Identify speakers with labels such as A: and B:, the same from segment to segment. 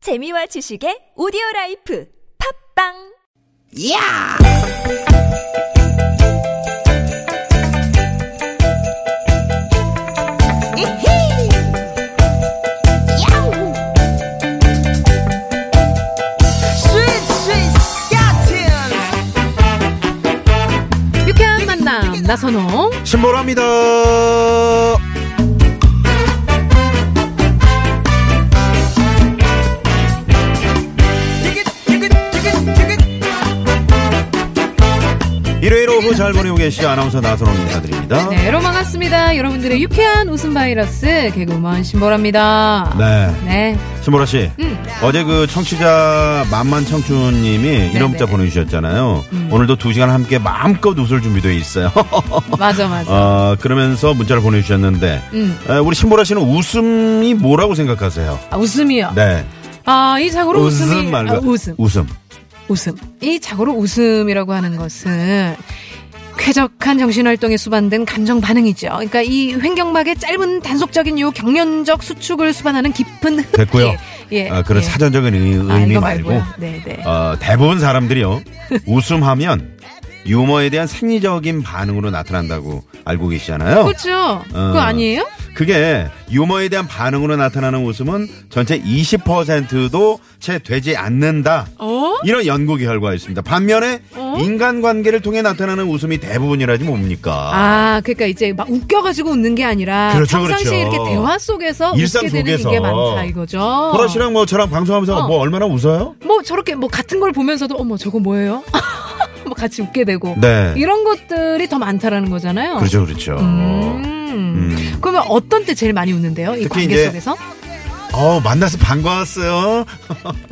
A: 재미와 지식의 오디오 라이프 팝빵
B: 야! 이히! 야우! 스윗 스윗 스카틴!
C: 유쾌한 만남 나선홍
D: 신보라입니다.
B: 티켓 티켓 티켓 티켓
D: 일요일 오후 잘 보내고 계시죠? 아나운서 나선홍 인사드립니다.
C: 네 로망았습니다 여러분들의 유쾌한 웃음 바이러스 개그우먼 신보라입니다
D: 네.
C: 네.
D: 신보라 씨.
C: 음.
D: 어제 그 청취자 만만 청춘님이 이런 문자
C: 네. 음.
D: 보내주셨잖아요. 오늘도 두 시간 함께 마음껏 웃을 준비되어 있어요.
C: 맞아 맞아
D: 어, 그러면서 문자를 보내주셨는데,
C: 음.
D: 에, 우리 신보라 씨는 웃음이 뭐라고 생각하세요?
C: 아, 웃음이요
D: 네.
C: 아이 자고로 웃음이
D: 웃음
C: 아,
D: 말고.
C: 웃음
D: 웃음.
C: 웃음 이 자고로 웃음이라고 하는 것은 쾌적한 정신활동에 수반된 감정 반응이죠 그러니까 이 횡격막의 짧은 단속적인 요 경련적 수축을 수반하는 깊은 흡기
D: 됐고요.
C: 예,
D: 아, 그런
C: 예.
D: 사전적인 의-
C: 아,
D: 의미
C: 이거
D: 말고,
C: 말고요. 네, 네.
D: 어, 대부분 사람들이요. 웃음하면 유머에 대한 생리적인 반응으로 나타난다고 알고 계시잖아요.
C: 그렇죠
D: 어.
C: 그거 아니에요?
D: 그게 유머에 대한 반응으로 나타나는 웃음은 전체 20%도 채 되지 않는다.
C: 어?
D: 이런 연구 결과가 있습니다. 반면에
C: 어?
D: 인간관계를 통해 나타나는 웃음이 대부분이라지 뭡니까?
C: 아, 그러니까 이제 막 웃겨가지고 웃는 게 아니라
D: 그렇죠,
C: 평상시에
D: 그렇죠.
C: 이렇게 대화 속에서
D: 일상
C: 웃게 되는
D: 속에서.
C: 게 많다 이거죠.
D: 보라 씨랑 뭐 저랑 방송하면서
C: 어.
D: 뭐 얼마나 웃어요?
C: 뭐 저렇게 뭐 같은 걸 보면서도 어머 저거 뭐예요? 뭐 같이 웃게 되고
D: 네.
C: 이런 것들이 더 많다라는 거잖아요.
D: 그렇죠, 그렇죠.
C: 음.
D: 음.
C: 그러면 어떤 때 제일 많이 웃는데요? 이
D: 특히
C: 관계
D: 이제-
C: 속에서?
D: 어, 만나서 반가웠어요.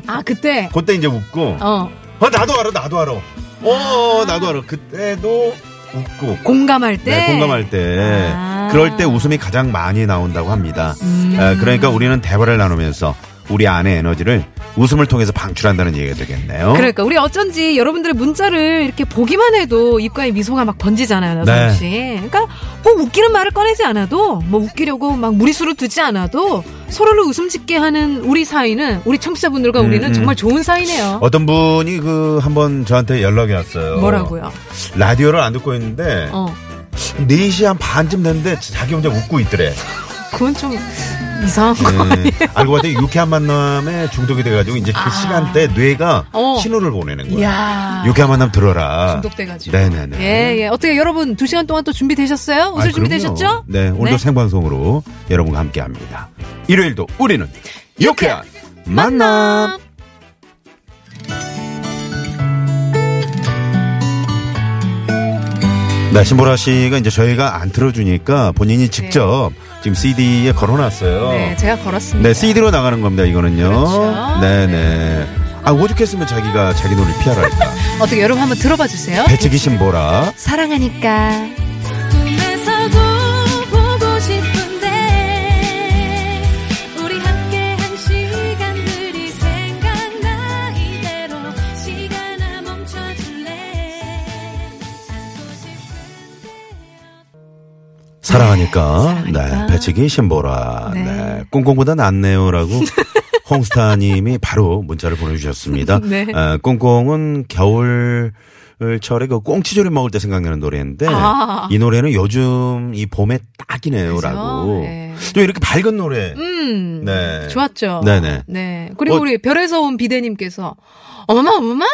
C: 아, 그때.
D: 그때 이제 웃고.
C: 어,
D: 어, 나도 알아, 나도 알아. 어, 나도 알아. 그때도 웃고.
C: 공감할 때.
D: 네, 공감할 때.
C: 아. 음.
D: 그럴 때 웃음이 가장 많이 나온다고 합니다. 에, 그러니까 우리는 대화를 나누면서 우리 안의 에너지를 웃음을 통해서 방출한다는 얘기가 되겠네요.
C: 그러니까 우리 어쩐지 여러분들의 문자를 이렇게 보기만 해도 입가에 미소가 막 번지잖아요, 나선
D: 네.
C: 씨. 그러니까 꼭 웃기는 말을 꺼내지 않아도 뭐 웃기려고 막 무리수를 두지 않아도 서로를 웃음 짓게 하는 우리 사이는 우리 청취자분들과 우리는
D: 음.
C: 정말 좋은 사이네요.
D: 어떤 분이 그 한번 저한테 연락이 왔어요.
C: 뭐라고요?
D: 라디오를 안 듣고 있는데
C: 어,
D: 4시 한 반쯤 됐는데 자기 혼자 웃고 있더래.
C: 그건 좀 이상한 거.
D: 네. 알고 봤더니 유쾌한 만남에 중독이 돼가지고 이제 그 시간대 뇌가
C: 아. 어.
D: 신호를 보내는 거야.
C: 이야.
D: 유쾌한 만남 들어라.
C: 아. 중독돼가지고.
D: 네네네.
C: 예, 예. 어떻게 여러분 두 시간 동안 또 준비되셨어요?
D: 아,
C: 웃을 준비되셨죠?
D: 그럼요. 네, 오늘도 생방송으로 여러분과 함께 합니다. 일요일도 우리는 유쾌한 만남. 네, 신보라 씨가 이제 저희가 안 틀어주니까 본인이 직접 지금 CD에 걸어놨어요.
C: 네,
D: 네,
C: 제가 걸었습니다.
D: CD로 나가는 겁니다, 이거는요.
C: 그렇죠.
D: 네네. 아, 오죽했으면 자기가 자기 노래 피하라니까.
C: 어떻게 여러분 한번 들어봐 주세요.
D: 배치기 신보라.
C: 사랑하니까.
E: 꿈에서도 보고 싶은데 우리 함께한 시간들이 생각나 이대로 시간아 멈춰줄래 안고 싶은데요
D: 사랑하니까.
C: 사랑하니까.
D: 네, 배치기 신보라.
C: 네.
D: 네. 꽁꽁보다 낫네요라고. 홍스타 님이 바로 문자를 보내주셨습니다.
C: 네.
D: 어, 꽁꽁은 겨울, 철에 그 꽁치조림 먹을 때 생각나는 노래인데
C: 아.
D: 이 노래는 요즘 이 봄에 딱이네요라고
C: 그죠? 네.
D: 좀 이렇게 밝은 노래
C: 음.
D: 네.
C: 좋았죠.
D: 네네.
C: 네. 그리고
D: 어.
C: 우리 별에서 온 비대님께서 어머마 어머마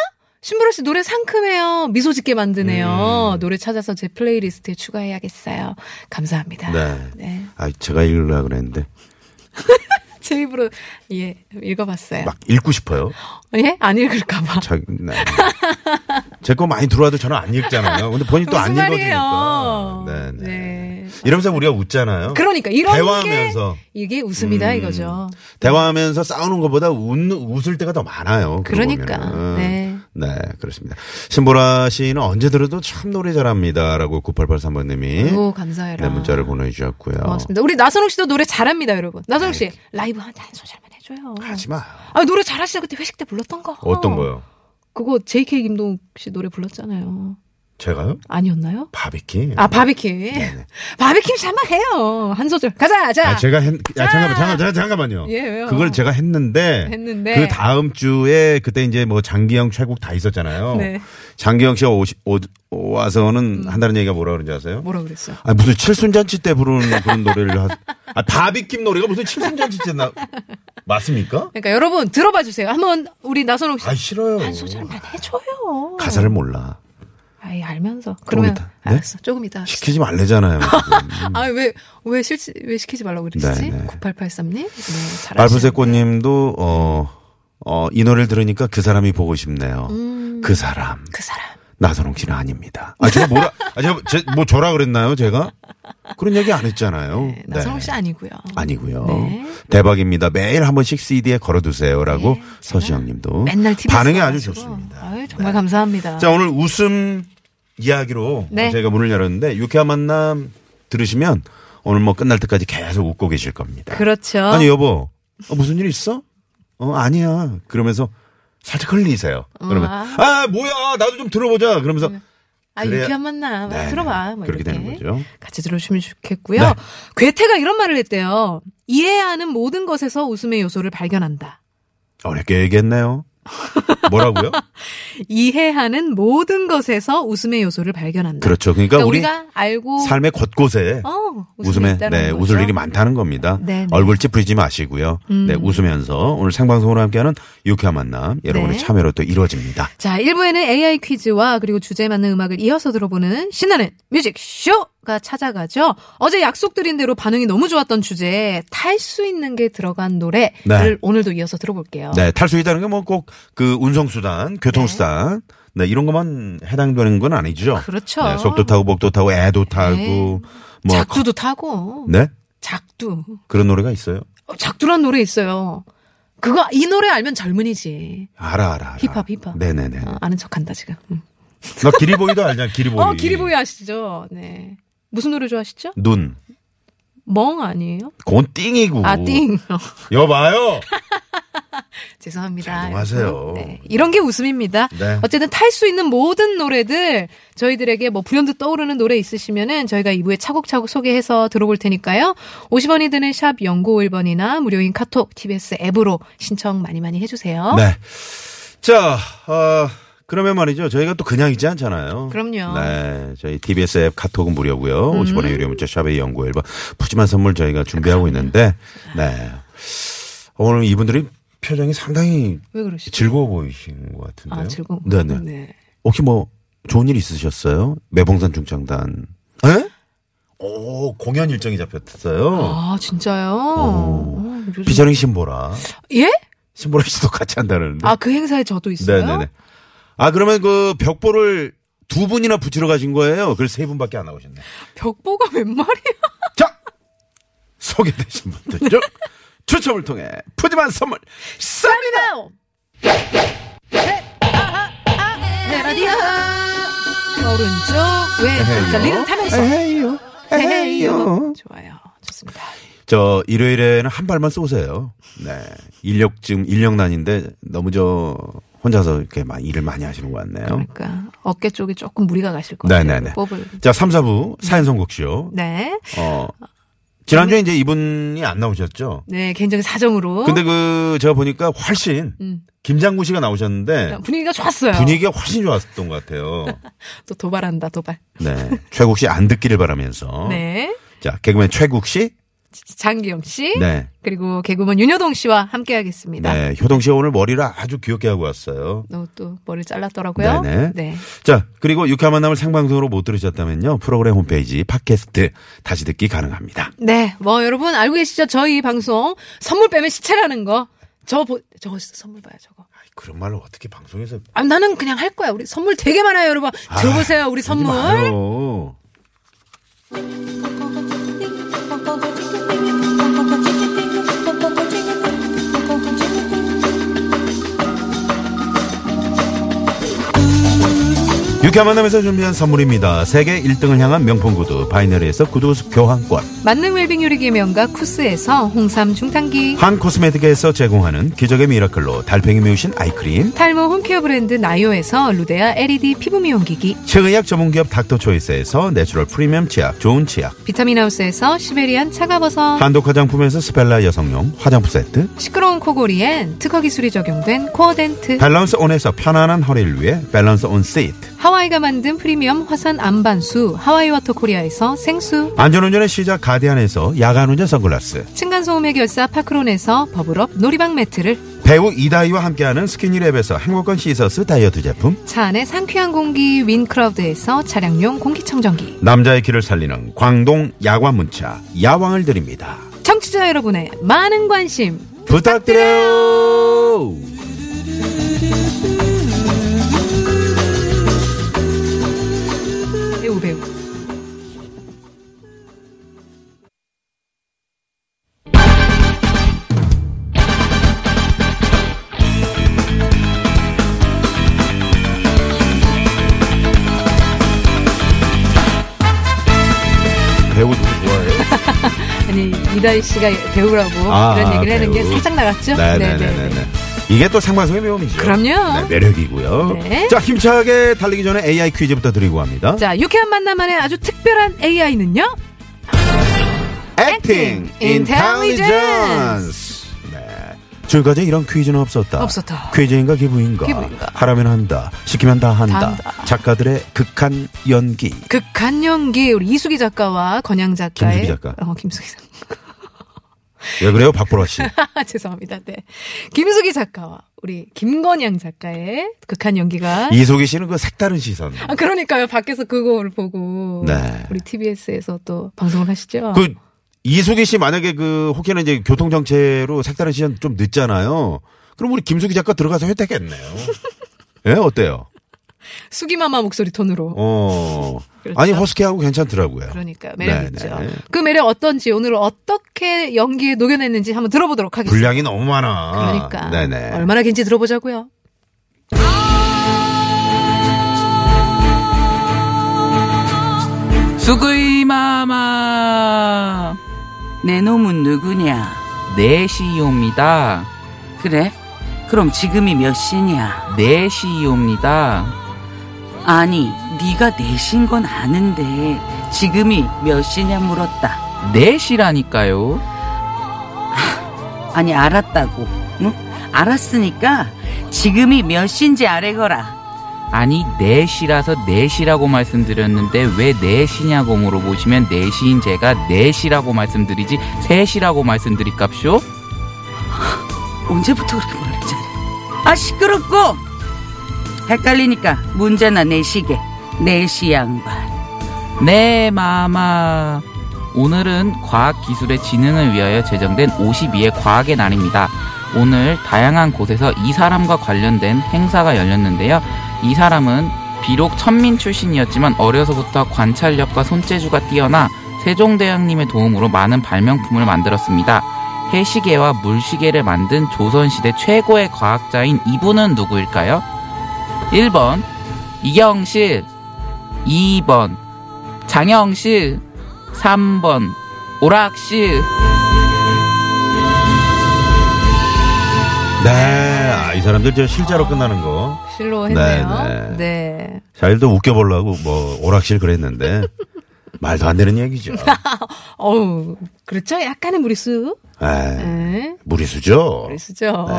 C: 신보라 씨 노래 상큼해요. 미소 짓게 만드네요.
D: 음.
C: 노래 찾아서 제 플레이리스트에 추가해야겠어요. 감사합니다.
D: 네.
C: 네.
D: 아 제가 읽으려고 그랬는데
C: 제 입으로 예 읽어봤어요.
D: 막 읽고 싶어요. 네.
C: 예? 안 읽을까봐.
D: 제 거 많이 들어와도 저는 안 읽잖아요. 근데 본인 또 안
C: 무슨
D: 읽어주니까.
C: 말이에요?
D: 네, 네.
C: 네.
D: 이러면서 우리가 웃잖아요.
C: 그러니까 이런
D: 대화하면서.
C: 게 이게 웃음이다 이거죠.
D: 대화하면서 싸우는 것보다 웃는, 웃을 때가 더 많아요. 그러고
C: 그러니까,
D: 보면은.
C: 네.
D: 네, 그렇습니다. 신보라 씨는 언제 들어도 참 노래 잘합니다라고 9883번님이
C: 오 감사해라.
D: 네, 문자를 보내주셨고요. 아,
C: 고맙습니다. 우리 나선홍 씨도 노래 잘합니다, 여러분. 나선홍 씨 라이브 한 소절만 해줘요.
D: 하지 마.
C: 아 노래 잘하시다 그때 회식 때 불렀던 거.
D: 어떤 거요?
C: 그거 JK 김동욱 씨 노래 불렀잖아요.
D: 제가요?
C: 아니었나요?
D: 바비킴.
C: 아 바비킴.
D: 음. 네네.
C: 바비킴 잠깐 해요. 한 소절. 가자, 자.
D: 아, 제가 했, 아, 잠깐만,
C: 아.
D: 잠깐만, 잠깐만, 잠깐만요.
C: 예, 왜요?
D: 그걸 제가 했는데,
C: 했는데.
D: 그 다음 주에 그때 이제 뭐 장기영 최국 다 있었잖아요.
C: 네. 음.
D: 장기영 씨가 오시, 오, 오- 와서는 한다는 얘기가 뭐라 그런지 아세요?
C: 뭐라 그랬어? 요
D: 아, 무슨 칠순잔치 때 부르는 그런 노래를 하, 아, 바비킴 노래가 무슨 칠순잔치 때 나, 맞습니까?
C: 그러니까 여러분 들어봐 주세요. 한번 우리 나선홍 씨.
D: 아, 싫어요.
C: 한 소절만 해줘요.
D: 가사를 몰라.
C: 아이 알면서. 그러면
D: 이따. 네?
C: 알았어. 조금 이따. 합시다.
D: 시키지 말래잖아요.
C: 아왜왜 실왜 시키지 말라고 그랬지?
D: 네, 네.
C: 9883님. 네, 잘
D: 말부새 꽃님도, 어, 어, 이 노래를 들으니까 그 사람이 보고 싶네요. 그 사람.
C: 그 사람.
D: 나선홍 씨는 아닙니다. 아, 제가 뭐라, 아, 제가 제, 뭐 저라 그랬나요, 제가? 그런 얘기 안 했잖아요.
C: 네, 나선홍 씨 아니고요.
D: 아니고요.
C: 네.
D: 대박입니다. 매일 한 번씩 CD에 걸어두세요라고 서시영 님도.
C: 맨날 TV 에서
D: 반응이 아주
C: 나와가지고.
D: 좋습니다. 네.
C: 아유, 정말 감사합니다.
D: 자, 오늘 웃음 이야기로
C: 네.
D: 저희가 문을 열었는데 유쾌한 만남 들으시면 오늘 뭐 끝날 때까지 계속 웃고 계실 겁니다.
C: 그렇죠.
D: 아니, 여보. 어, 무슨 일 있어? 어, 아니야. 그러면서 살짝 흘리세요. 그러면 아, 뭐야. 나도 좀 들어보자. 그러면서
C: 아,
D: 그래야-
C: 유쾌한 만남.
D: 네,
C: 들어봐. 뭐
D: 그렇게
C: 이렇게.
D: 되는 거죠.
C: 같이 들어주시면 좋겠고요.
D: 네.
C: 괴테가 이런 말을 했대요. 이해야 하는 모든 것에서 웃음의 요소를 발견한다.
D: 어렵게 얘기했네요. 뭐라고요?
C: 이해하는 모든 것에서 웃음의 요소를 발견한다.
D: 그렇죠. 그러니까,
C: 그러니까
D: 우리
C: 우리가 알고
D: 삶의 곳곳에
C: 어, 웃음이
D: 웃음에
C: 있다는
D: 네,
C: 거죠.
D: 웃을 일이 많다는 겁니다.
C: 네, 음. 네.
D: 얼굴 찌푸리지 마시고요. 네, 웃으면서 오늘 생방송으로 함께하는 유쾌한 만남 여러분의
C: 네.
D: 참여로 또 이루어집니다.
C: 자, 1부에는 AI 퀴즈와 그리고 주제에 맞는 음악을 이어서 들어보는 신나는 뮤직쇼가 찾아가죠. 어제 약속드린 대로 반응이 너무 좋았던 주제에 탈 수 있는 게 들어간 노래를
D: 네.
C: 오늘도 이어서 들어볼게요.
D: 네, 탈수있다는 게 뭐 꼭 그 운송수단, 교통수단, 네. 이런 것만 해당되는 건 아니죠.
C: 그렇죠. 네.
D: 네, 속도 타고, 목도 타고, 애도 타고, 뭐.
C: 작두도 타고
D: 네?
C: 작두
D: 그런 노래가 있어요?
C: 어, 작두란 노래 있어요. 그거 이 노래 알면 젊은이지.
D: 알아, 알아. 알아.
C: 힙합, 힙합.
D: 네네네.
C: 어, 아는 척한다 지금. 음.
D: 너 기리보이도 알잖아, 기리보이.
C: 어 기리보이 아시죠? 네. 무슨 노래 좋아하시죠?
D: 눈.
C: 멍 아니에요?
D: 그건 띵이고.
C: 아 띵.
D: 여봐요.
C: 죄송합니다.
D: 잘 넘어가세요.
C: 여러분. 네, 이런 게 웃음입니다.
D: 네.
C: 어쨌든 탈 수 있는 모든 노래들 저희들에게 뭐 불현듯 떠오르는 노래 있으시면은 저희가 2부에 차곡차곡 소개해서 들어볼 테니까요. 50원이 드는 샵 0951번이나 무료인 카톡, TBS 앱으로 신청 많이 많이 해주세요.
D: 네. 자, 어, 그러면 말이죠. 저희가 또 그냥 있지 않잖아요.
C: 그럼요. 음.
D: 네. 저희 TBS 앱 카톡은 무료고요. 50원의 유료 문자 샵의 연구 앨범 푸짐한 선물 저희가 준비하고 있는데 네. 오늘 이분들이 표정이 상당히
C: 왜 그러시죠?
D: 즐거워 보이신 것 같은데요.
C: 아, 즐거운.
D: 네, 네.
C: 네.
D: 혹시 뭐 좋은 일 있으셨어요? 매봉산 중창단. 예? 에? 오, 공연 일정이 잡혔어요.
C: 아, 진짜요?
D: 오.
C: 어, 요즘-
D: 피처링 신보라.
C: 예?
D: 신보라 씨도 같이 한다는데.
C: 아, 그 행사에 저도 있어요.
D: 네네네. 아 그러면 그 벽보를 두 분이나 붙이러 가신 거예요? 그래서 세 분밖에 안 나오셨네.
C: 벽보가 웬 말이야?
D: 자 소개되신 분들 중 추첨을 통해 푸짐한 선물 쏩니다.
C: 네, 라디오. 오른쪽,
D: 네,
C: 왼쪽. 자, 리듬 타면서.
D: 에헤이요. 에헤이요.
C: 좋아요. 좋습니다.
D: 저 일요일에는 한 발만 쏘세요. 네. 인력 지금 인력난인데 너무 저 혼자서 이렇게 막 일을 많이 하시는 것 같네요.
C: 그러니까 어깨 쪽이 조금 무리가 가실 것 같아요.
D: 네네네.
C: 뽑을.
D: 자, 3, 4부 사연 선곡쇼.
C: 네.
D: 어. 지난주에 이제 이분이 안 나오셨죠?
C: 네, 개인적인 사정으로.
D: 근데 그 제가 보니까 훨씬
C: 음.
D: 김장구 씨가 나오셨는데
C: 분위기가 좋았어요.
D: 분위기가 훨씬 좋았던 것 같아요.
C: 또 도발한다, 도발.
D: 네. 최국 씨 안 듣기를 바라면서.
C: 네.
D: 자, 개그맨 최국 씨.
C: 장기영 씨.
D: 네.
C: 그리고 개그맨 윤여동 씨와 함께 하겠습니다.
D: 네. 효동 씨가 오늘 머리를 아주 귀엽게 하고 왔어요.
C: 너무 또 머리를 잘랐더라고요.
D: 네네.
C: 네.
D: 자, 그리고 유쾌한 만남을 생방송으로 못 들으셨다면요. 프로그램 홈페이지 팟캐스트 다시 듣기 가능합니다.
C: 네, 뭐 여러분 알고 계시죠? 저희 방송 선물 빼면 시체라는 거. 저 보, 저거 선물 봐요, 저거.
D: 아이, 그런 말을 어떻게 방송에서
C: 아, 나는 그냥 할 거야. 우리 선물 되게 많아요, 여러분. 들어보세요, 우리
D: 하지
C: 선물.
D: 마요. 유쾌한 만남에서 준비한 선물입니다. 세계 1등을 향한 명품 구두 바이너리에서 구두 교환권
C: 만능 웰빙 요리기 명가 쿠스에서 홍삼 중탕기
D: 한 코스메틱에서 제공하는 기적의 미라클로 달팽이 미우신 아이크림
C: 탈모 홈케어 브랜드 나요에서 루데아 LED 피부 미용기기
D: 최의약 전문기업 닥터초이스에서 내추럴 프리미엄 치약 좋은 치약
C: 비타민 하우스에서 시베리안 차가버섯
D: 한독 화장품에서 스펠라 여성용 화장품 세트
C: 시끄러운 코골이엔 특허 기술이 적용된 코어덴트
D: 밸런스 온에서 편안한 허리를 위해 밸런스 온 시트
C: 하와이가 만든 프리미엄 화산 안반수 하와이 워터 코리아에서 생수
D: 안전운전의 시작 가디안에서 야간운전 선글라스
C: 층간소음 해결사 파크론에서 버블업 놀이방 매트를
D: 배우 이다희와 함께하는 스키니랩에서 행복한 시서스 다이어트 제품
C: 차 안에 상쾌한 공기 윈크라우드에서 차량용 공기청정기
D: 남자의 길을 살리는 광동 야관문차 야왕을 드립니다.
C: 청취자 여러분의 많은 관심
D: 부탁드려요.
C: 배우 배우
D: 배우 누구 좋아해요?
C: 아니 이다희 씨가 배우라고 뭐
D: 아,
C: 그런 얘기를 하는 게
D: 배우.
C: 살짝 나갔죠?
D: 네네네네. 이게 또 생방송의 묘미죠.
C: 그럼요.
D: 네, 매력이고요.
C: 네.
D: 자 힘차게 달리기 전에 AI 퀴즈부터 드리고 합니다.
C: 자 유쾌한 만남만의 아주 특별한 AI는요?
D: Acting Intelligence. 네. 지금까지 이런 퀴즈는 없었다.
C: 없었다.
D: 퀴즈인가 기부인가.
C: 기부인가.
D: 하라면 한다. 시키면 다 한다.
C: 다 한다.
D: 작가들의 극한 연기.
C: 극한 연기 우리 이수기 작가와 권양 작가의
D: 김수기 작가.
C: 어 김수기 작가
D: 왜 그래요, 박보라 씨?
C: 죄송합니다. 네 김수기 작가와 우리 김건양 작가의 극한 연기가
D: 이소기 씨는 그 색다른 시선.
C: 아 그러니까요 밖에서 그거를 보고
D: 네.
C: 우리 TBS에서 또 방송을 하시죠.
D: 그 이소기 씨 만약에 그 혹시나 이제 교통 정체로 색다른 시선 좀 늦잖아요. 그럼 우리 김수기 작가 들어가서 회택했네요. 예, 어때요?
C: 수기마마 목소리 톤으로
D: 어.
C: 그렇죠.
D: 아니 허스키하고 괜찮더라고요.
C: 그러니까
D: 네,
C: 매력 있죠.
D: 네, 네.
C: 그 매력 어떤지 오늘 어떻게 연기에 녹여냈는지 한번 들어보도록 하겠습니다.
D: 분량이 너무 많아.
C: 그러니까
D: 네네.
C: 얼마나 긴지 들어보자고요.
F: 수구이 마마 내 놈은 누구냐 내 CEO입니다 그래? 그럼 지금이 몇 시냐 내 CEO입니다 아니 네가 내신 건 아는데 지금이 몇 시냐 물었다 내 시라니까요
G: 아니 알았다고 응? 알았으니까 지금이 몇 시인지 아래거라
F: 아니 4시라서 4시라고 말씀드렸는데 왜 4시냐고 물어보시면 4시인 제가 4시라고 말씀드리지 3시라고 말씀드릴깝쇼?
G: 언제부터 그렇게 말했잖아아 시끄럽고 헷갈리니까 문제나 내시게 내시 양반
F: 네 마마 오늘은 과학기술의 진흥을 위하여 제정된 52의 과학의 날입니다 오늘 다양한 곳에서 이 사람과 관련된 행사가 열렸는데요 이 사람은 비록 천민 출신이었지만 어려서부터 관찰력과 손재주가 뛰어나 세종대왕님의 도움으로 많은 발명품을 만들었습니다 해시계와 물시계를 만든 조선시대 최고의 과학자인 이분은 누구일까요? 1번 이경실 2번 장영실 3번 오락실
D: 네. 아, 이 사람들 저 실제로 끝나는 거.
C: 실로 했네요.
D: 네, 네.
C: 네.
D: 자일도 웃겨보려고 뭐 오락실 그랬는데 말도 안 되는 얘기죠.
C: 어우, 그렇죠? 약간의 무리수.
D: 에
C: 네.
D: 예. 무리수죠.
C: 무리수죠.
D: 네.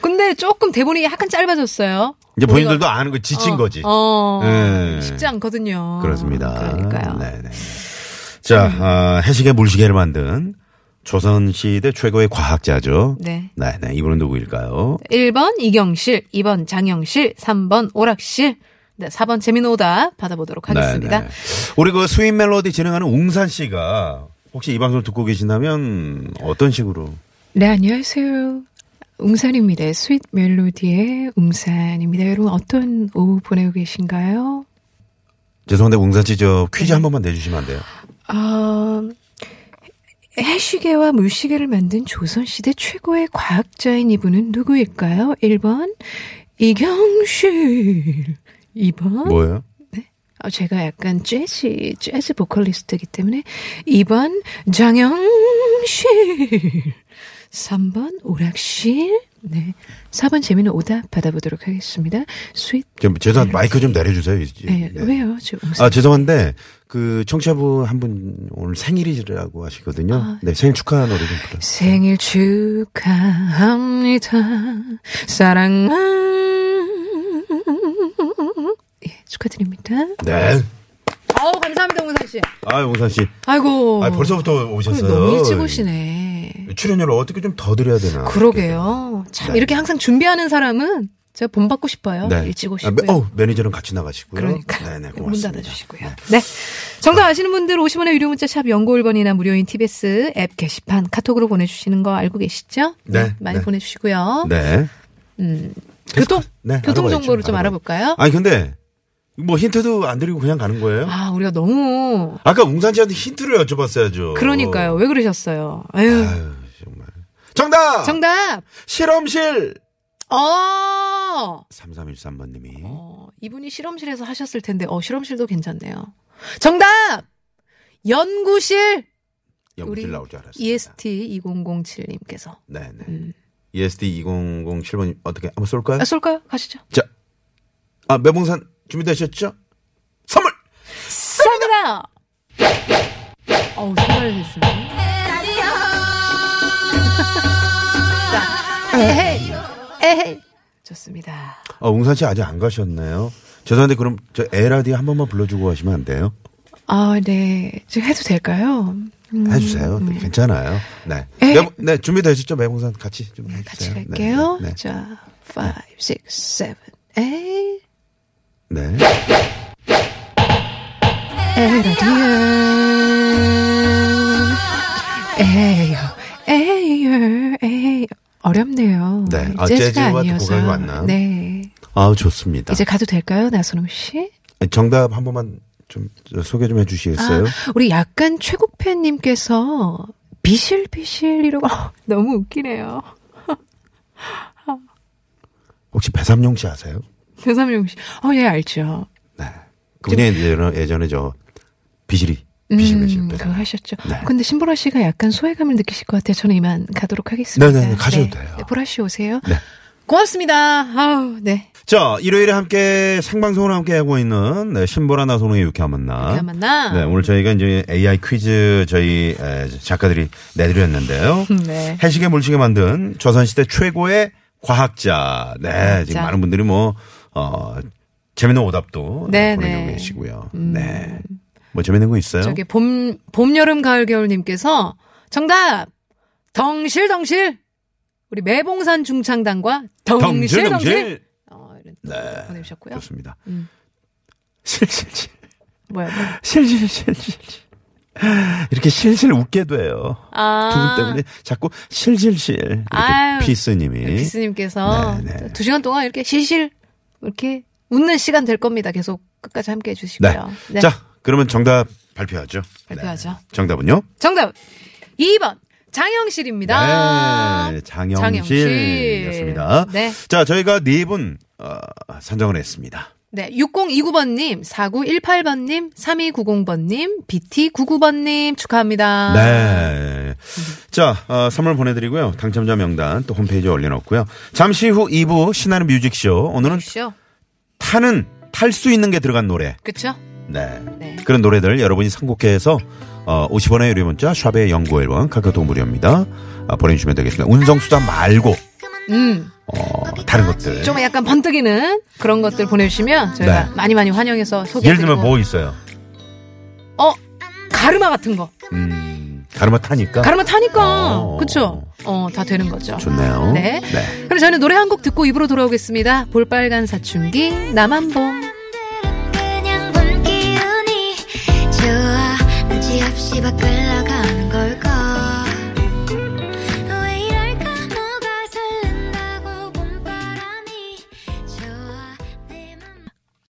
C: 근데 조금 대본이 약간 짧아졌어요.
D: 이제 본인들도 아는 거 지친 거지.
C: 어.
D: 네.
C: 쉽지 않거든요.
D: 그렇습니다.
C: 아, 그러니까요.
D: 네, 네. 자, 아, 해시계 물시계를 만든 조선시대 최고의 과학자죠.
C: 네.
D: 네, 네. 이분은 누구일까요?
C: 1번 이경실, 2번 장영실, 3번 오락실, 네, 4번 재미노다 받아보도록 하겠습니다.
D: 네, 네. 우리 그 스윗 멜로디 진행하는 웅산 씨가 혹시 이 방송을 듣고 계신다면 어떤 식으로?
C: 네, 안녕하세요. 웅산입니다. 스윗 멜로디의 웅산입니다. 여러분, 어떤 오후 보내고 계신가요?
D: 죄송한데 웅산 씨 저
C: 네.
D: 퀴즈 한 번만 내주시면 안 돼요?
C: 어, 해시계와 물시계를 만든 조선시대 최고의 과학자인 이분은 누구일까요? 1번, 이경실. 2번,
D: 뭐예요?
C: 어, 제가 약간 재즈, 재즈 보컬리스트이기 때문에 2번 정영실, 3번 오락실, 네. 4번 재미는 오답 받아보도록 하겠습니다. 스윗.
D: 좀 죄송한 마이크 좀 내려주세요. 이제.
C: 네,
D: 네.
C: 왜요? 저 음성.
D: 아 죄송한데 그 청취자분 한 분 오늘 생일이라고 하시거든요.
C: 아,
D: 네 생일 축하 노래 좀 부탁.
C: 생일 축하합니다. 사랑한. 예, 축하드립니다.
D: 네.
C: 아우, 감사합니다, 홍산 씨.
D: 아 용산 씨.
C: 아이고.
D: 아 벌써부터 오셨어요.
C: 어.
D: 예.
C: 너무 일찍 오시네.
D: 출연료를 어떻게 좀 더 드려야 되나.
C: 그러게요. 참,
D: 아, 네.
C: 이렇게 항상 준비하는 사람은 제가 본받고 싶어요.
D: 네.
C: 일찍
D: 아,
C: 오시고요.
D: 매- 어, 매니저랑 같이 나가시고요.
C: 그러니까
D: 네네
C: 문
D: 고맙습니다.
C: 닫아주시고요. 네. 정답 아시는 분들 50원의 유료 문자 샵 연구 1번이나 무료인 TBS 앱 게시판 카톡으로 보내주시는 거 알고 계시죠?
D: 네,
C: 많이
D: 네.
C: 보내주시고요. 음,
D: 네.
C: 교통
D: 네,
C: 교통
D: 알아봐야죠.
C: 정보를 좀
D: 알아봐야죠.
C: 알아볼까요?
D: 아니 근데 뭐 힌트도 안 드리고 그냥 가는 거예요?
C: 아 우리가 너무
D: 아까 웅산 씨한테 힌트를 여쭤봤어야죠.
C: 그러니까요. 왜 그러셨어요? 아유.
D: 아유, 정말. 정답!
C: 정답.
D: 실험실! 아.
C: 어.
D: 3313번님이.
C: 어, 이분이 실험실에서 하셨을 텐데 어 실험실도 괜찮네요. 정답. 연구실 E 우리
D: 연구실 나올 줄 알았어요.
C: EST 2007님께서
D: 네네.
C: 음.
D: E ESD 2007번님, 어떻게, 한번 쏠까요?
C: 아, 쏠까요? 가시죠.
D: 자. 아, 매봉산 준비되셨죠? 선물!
C: 쏩니다. 어우 정말 해주네. 에헤이 에헤이 좋습니다.
D: 아, 웅산 씨 아직 안 가셨네요. 죄송한데, 그럼 저 에라디오 한 번만 불러주고 하시면 안 돼요?
C: 아 네. 지금 해도 될까요? 음,
D: 해주세요. 네, 괜찮아요. 네.
C: 에.
D: 매봉- 네, 준비되셨죠? 매봉산 같이 좀 해주세요.
C: 같이
D: 네,
C: 갈게요.
D: 네. 네.
C: 자, 5, 6, 7, 8.
D: 네.
C: 에라디아. 에요, 에요, 에요. 어렵네요.
D: 네. 아,
C: 재즈가
D: 재즈와
C: 아니어서.
D: 고감이 맞나?
C: 네.
D: 아우, 좋습니다. 네,
C: 이제 가도 될까요, 나선홍 씨?
D: 정답 한 번만 좀 소개 좀 해주시겠어요?
C: 아, 우리 약간 최국팬님께서 비실비실이라고 어, 너무 웃기네요.
D: 혹시 배삼룡 씨 아세요?
C: 배삼용 씨, 어, 예, 알죠.
D: 네. 그분이 예전에, 예전에 저 비실이 비실비실
C: 음, 그거
D: 배삼룡.
C: 하셨죠.
D: 네.
C: 근데 신보라 씨가 약간 소외감을 느끼실 것 같아요. 저는 이만 가도록 하겠습니다.
D: 네네네, 가셔도 돼요.
C: 네, 보라 씨 오세요.
D: 네.
C: 고맙습니다. 아우, 네.
D: 자, 일요일에 함께 생방송으로 함께 하고 있는 네, 신보라 나선홍의 유쾌한 만남.
C: 유쾌한 만남.
D: 네, 오늘 저희가 이제 AI 퀴즈 저희 에, 작가들이 내드렸는데요.
C: 네.
D: 해시계 물시계 만든 조선시대 최고의 과학자. 네, 지금
C: 과학자.
D: 많은 분들이 뭐, 어, 재밌는 오답도
C: 네,
D: 보내주고
C: 네.
D: 계시고요. 네. 뭐 재밌는 거 있어요?
C: 저기 봄, 봄, 여름, 가을, 겨울님께서 정답! 덩실, 덩실! 우리 매봉산 중창단과 덩실, 덩실! 어, 이런
D: 네.
C: 보내주셨고요.
D: 좋습니다.
C: 음.
D: 실실실.
C: 뭐야, 뭐야.
D: 실실실실. 이렇게 실실 웃게 돼요.
C: 아.
D: 두 분 때문에 자꾸 실실실. 이렇게
C: 아유. 네,
D: 피스님이.
C: 비스님께서
D: 네, 네.
C: 두 시간 동안 이렇게 실실, 이렇게 웃는 시간 될 겁니다. 계속 끝까지 함께 해주시고요. 네.
D: 자, 그러면 정답 발표하죠.
C: 발표하죠.
D: 네. 정답은요?
C: 정답! 2번! 장영실입니다.
D: 네,
C: 장영실.
D: 장영실이었습니다.
C: 네.
D: 자, 저희가 네 분 어, 선정을 했습니다.
C: 네, 6029번님, 4918번님, 3290번님, BT99번님 축하합니다.
D: 네. 자, 어, 선물 보내드리고요. 당첨자 명단 또 홈페이지에 올려놓고요. 잠시 후 2부 신나는 뮤직쇼. 오늘은
C: 그렇죠.
D: 타는, 탈 수 있는 게 들어간 노래.
C: 그렇죠.
D: 네.
C: 네.
D: 그런 노래들 여러분이 선곡해서 어, 50원의 유료 문자 샵의 연구 앨범 카카오톡 무료입니다. 아, 보내주시면 되겠습니다. 운성수단 말고
C: 음,
D: 어, 다른 것들.
C: 좀 약간 번뜩이는 그런 것들 보내주시면 저희가
D: 네.
C: 많이 많이 환영해서 소개해드리고.
D: 예를 들면 뭐 있어요?
C: 어, 가르마 같은 거.
D: 음, 가르마 타니까.
C: 가르마 타니까,
D: 어.
C: 그렇죠. 어, 다 되는 거죠.
D: 좋네요.
C: 네.
D: 네.
C: 그럼 저는 노래 한 곡 듣고 입으로 돌아오겠습니다. 볼빨간 사춘기, 남한봄.
E: 그냥 본 기운이 좋아 눈치 없이 바꾸려고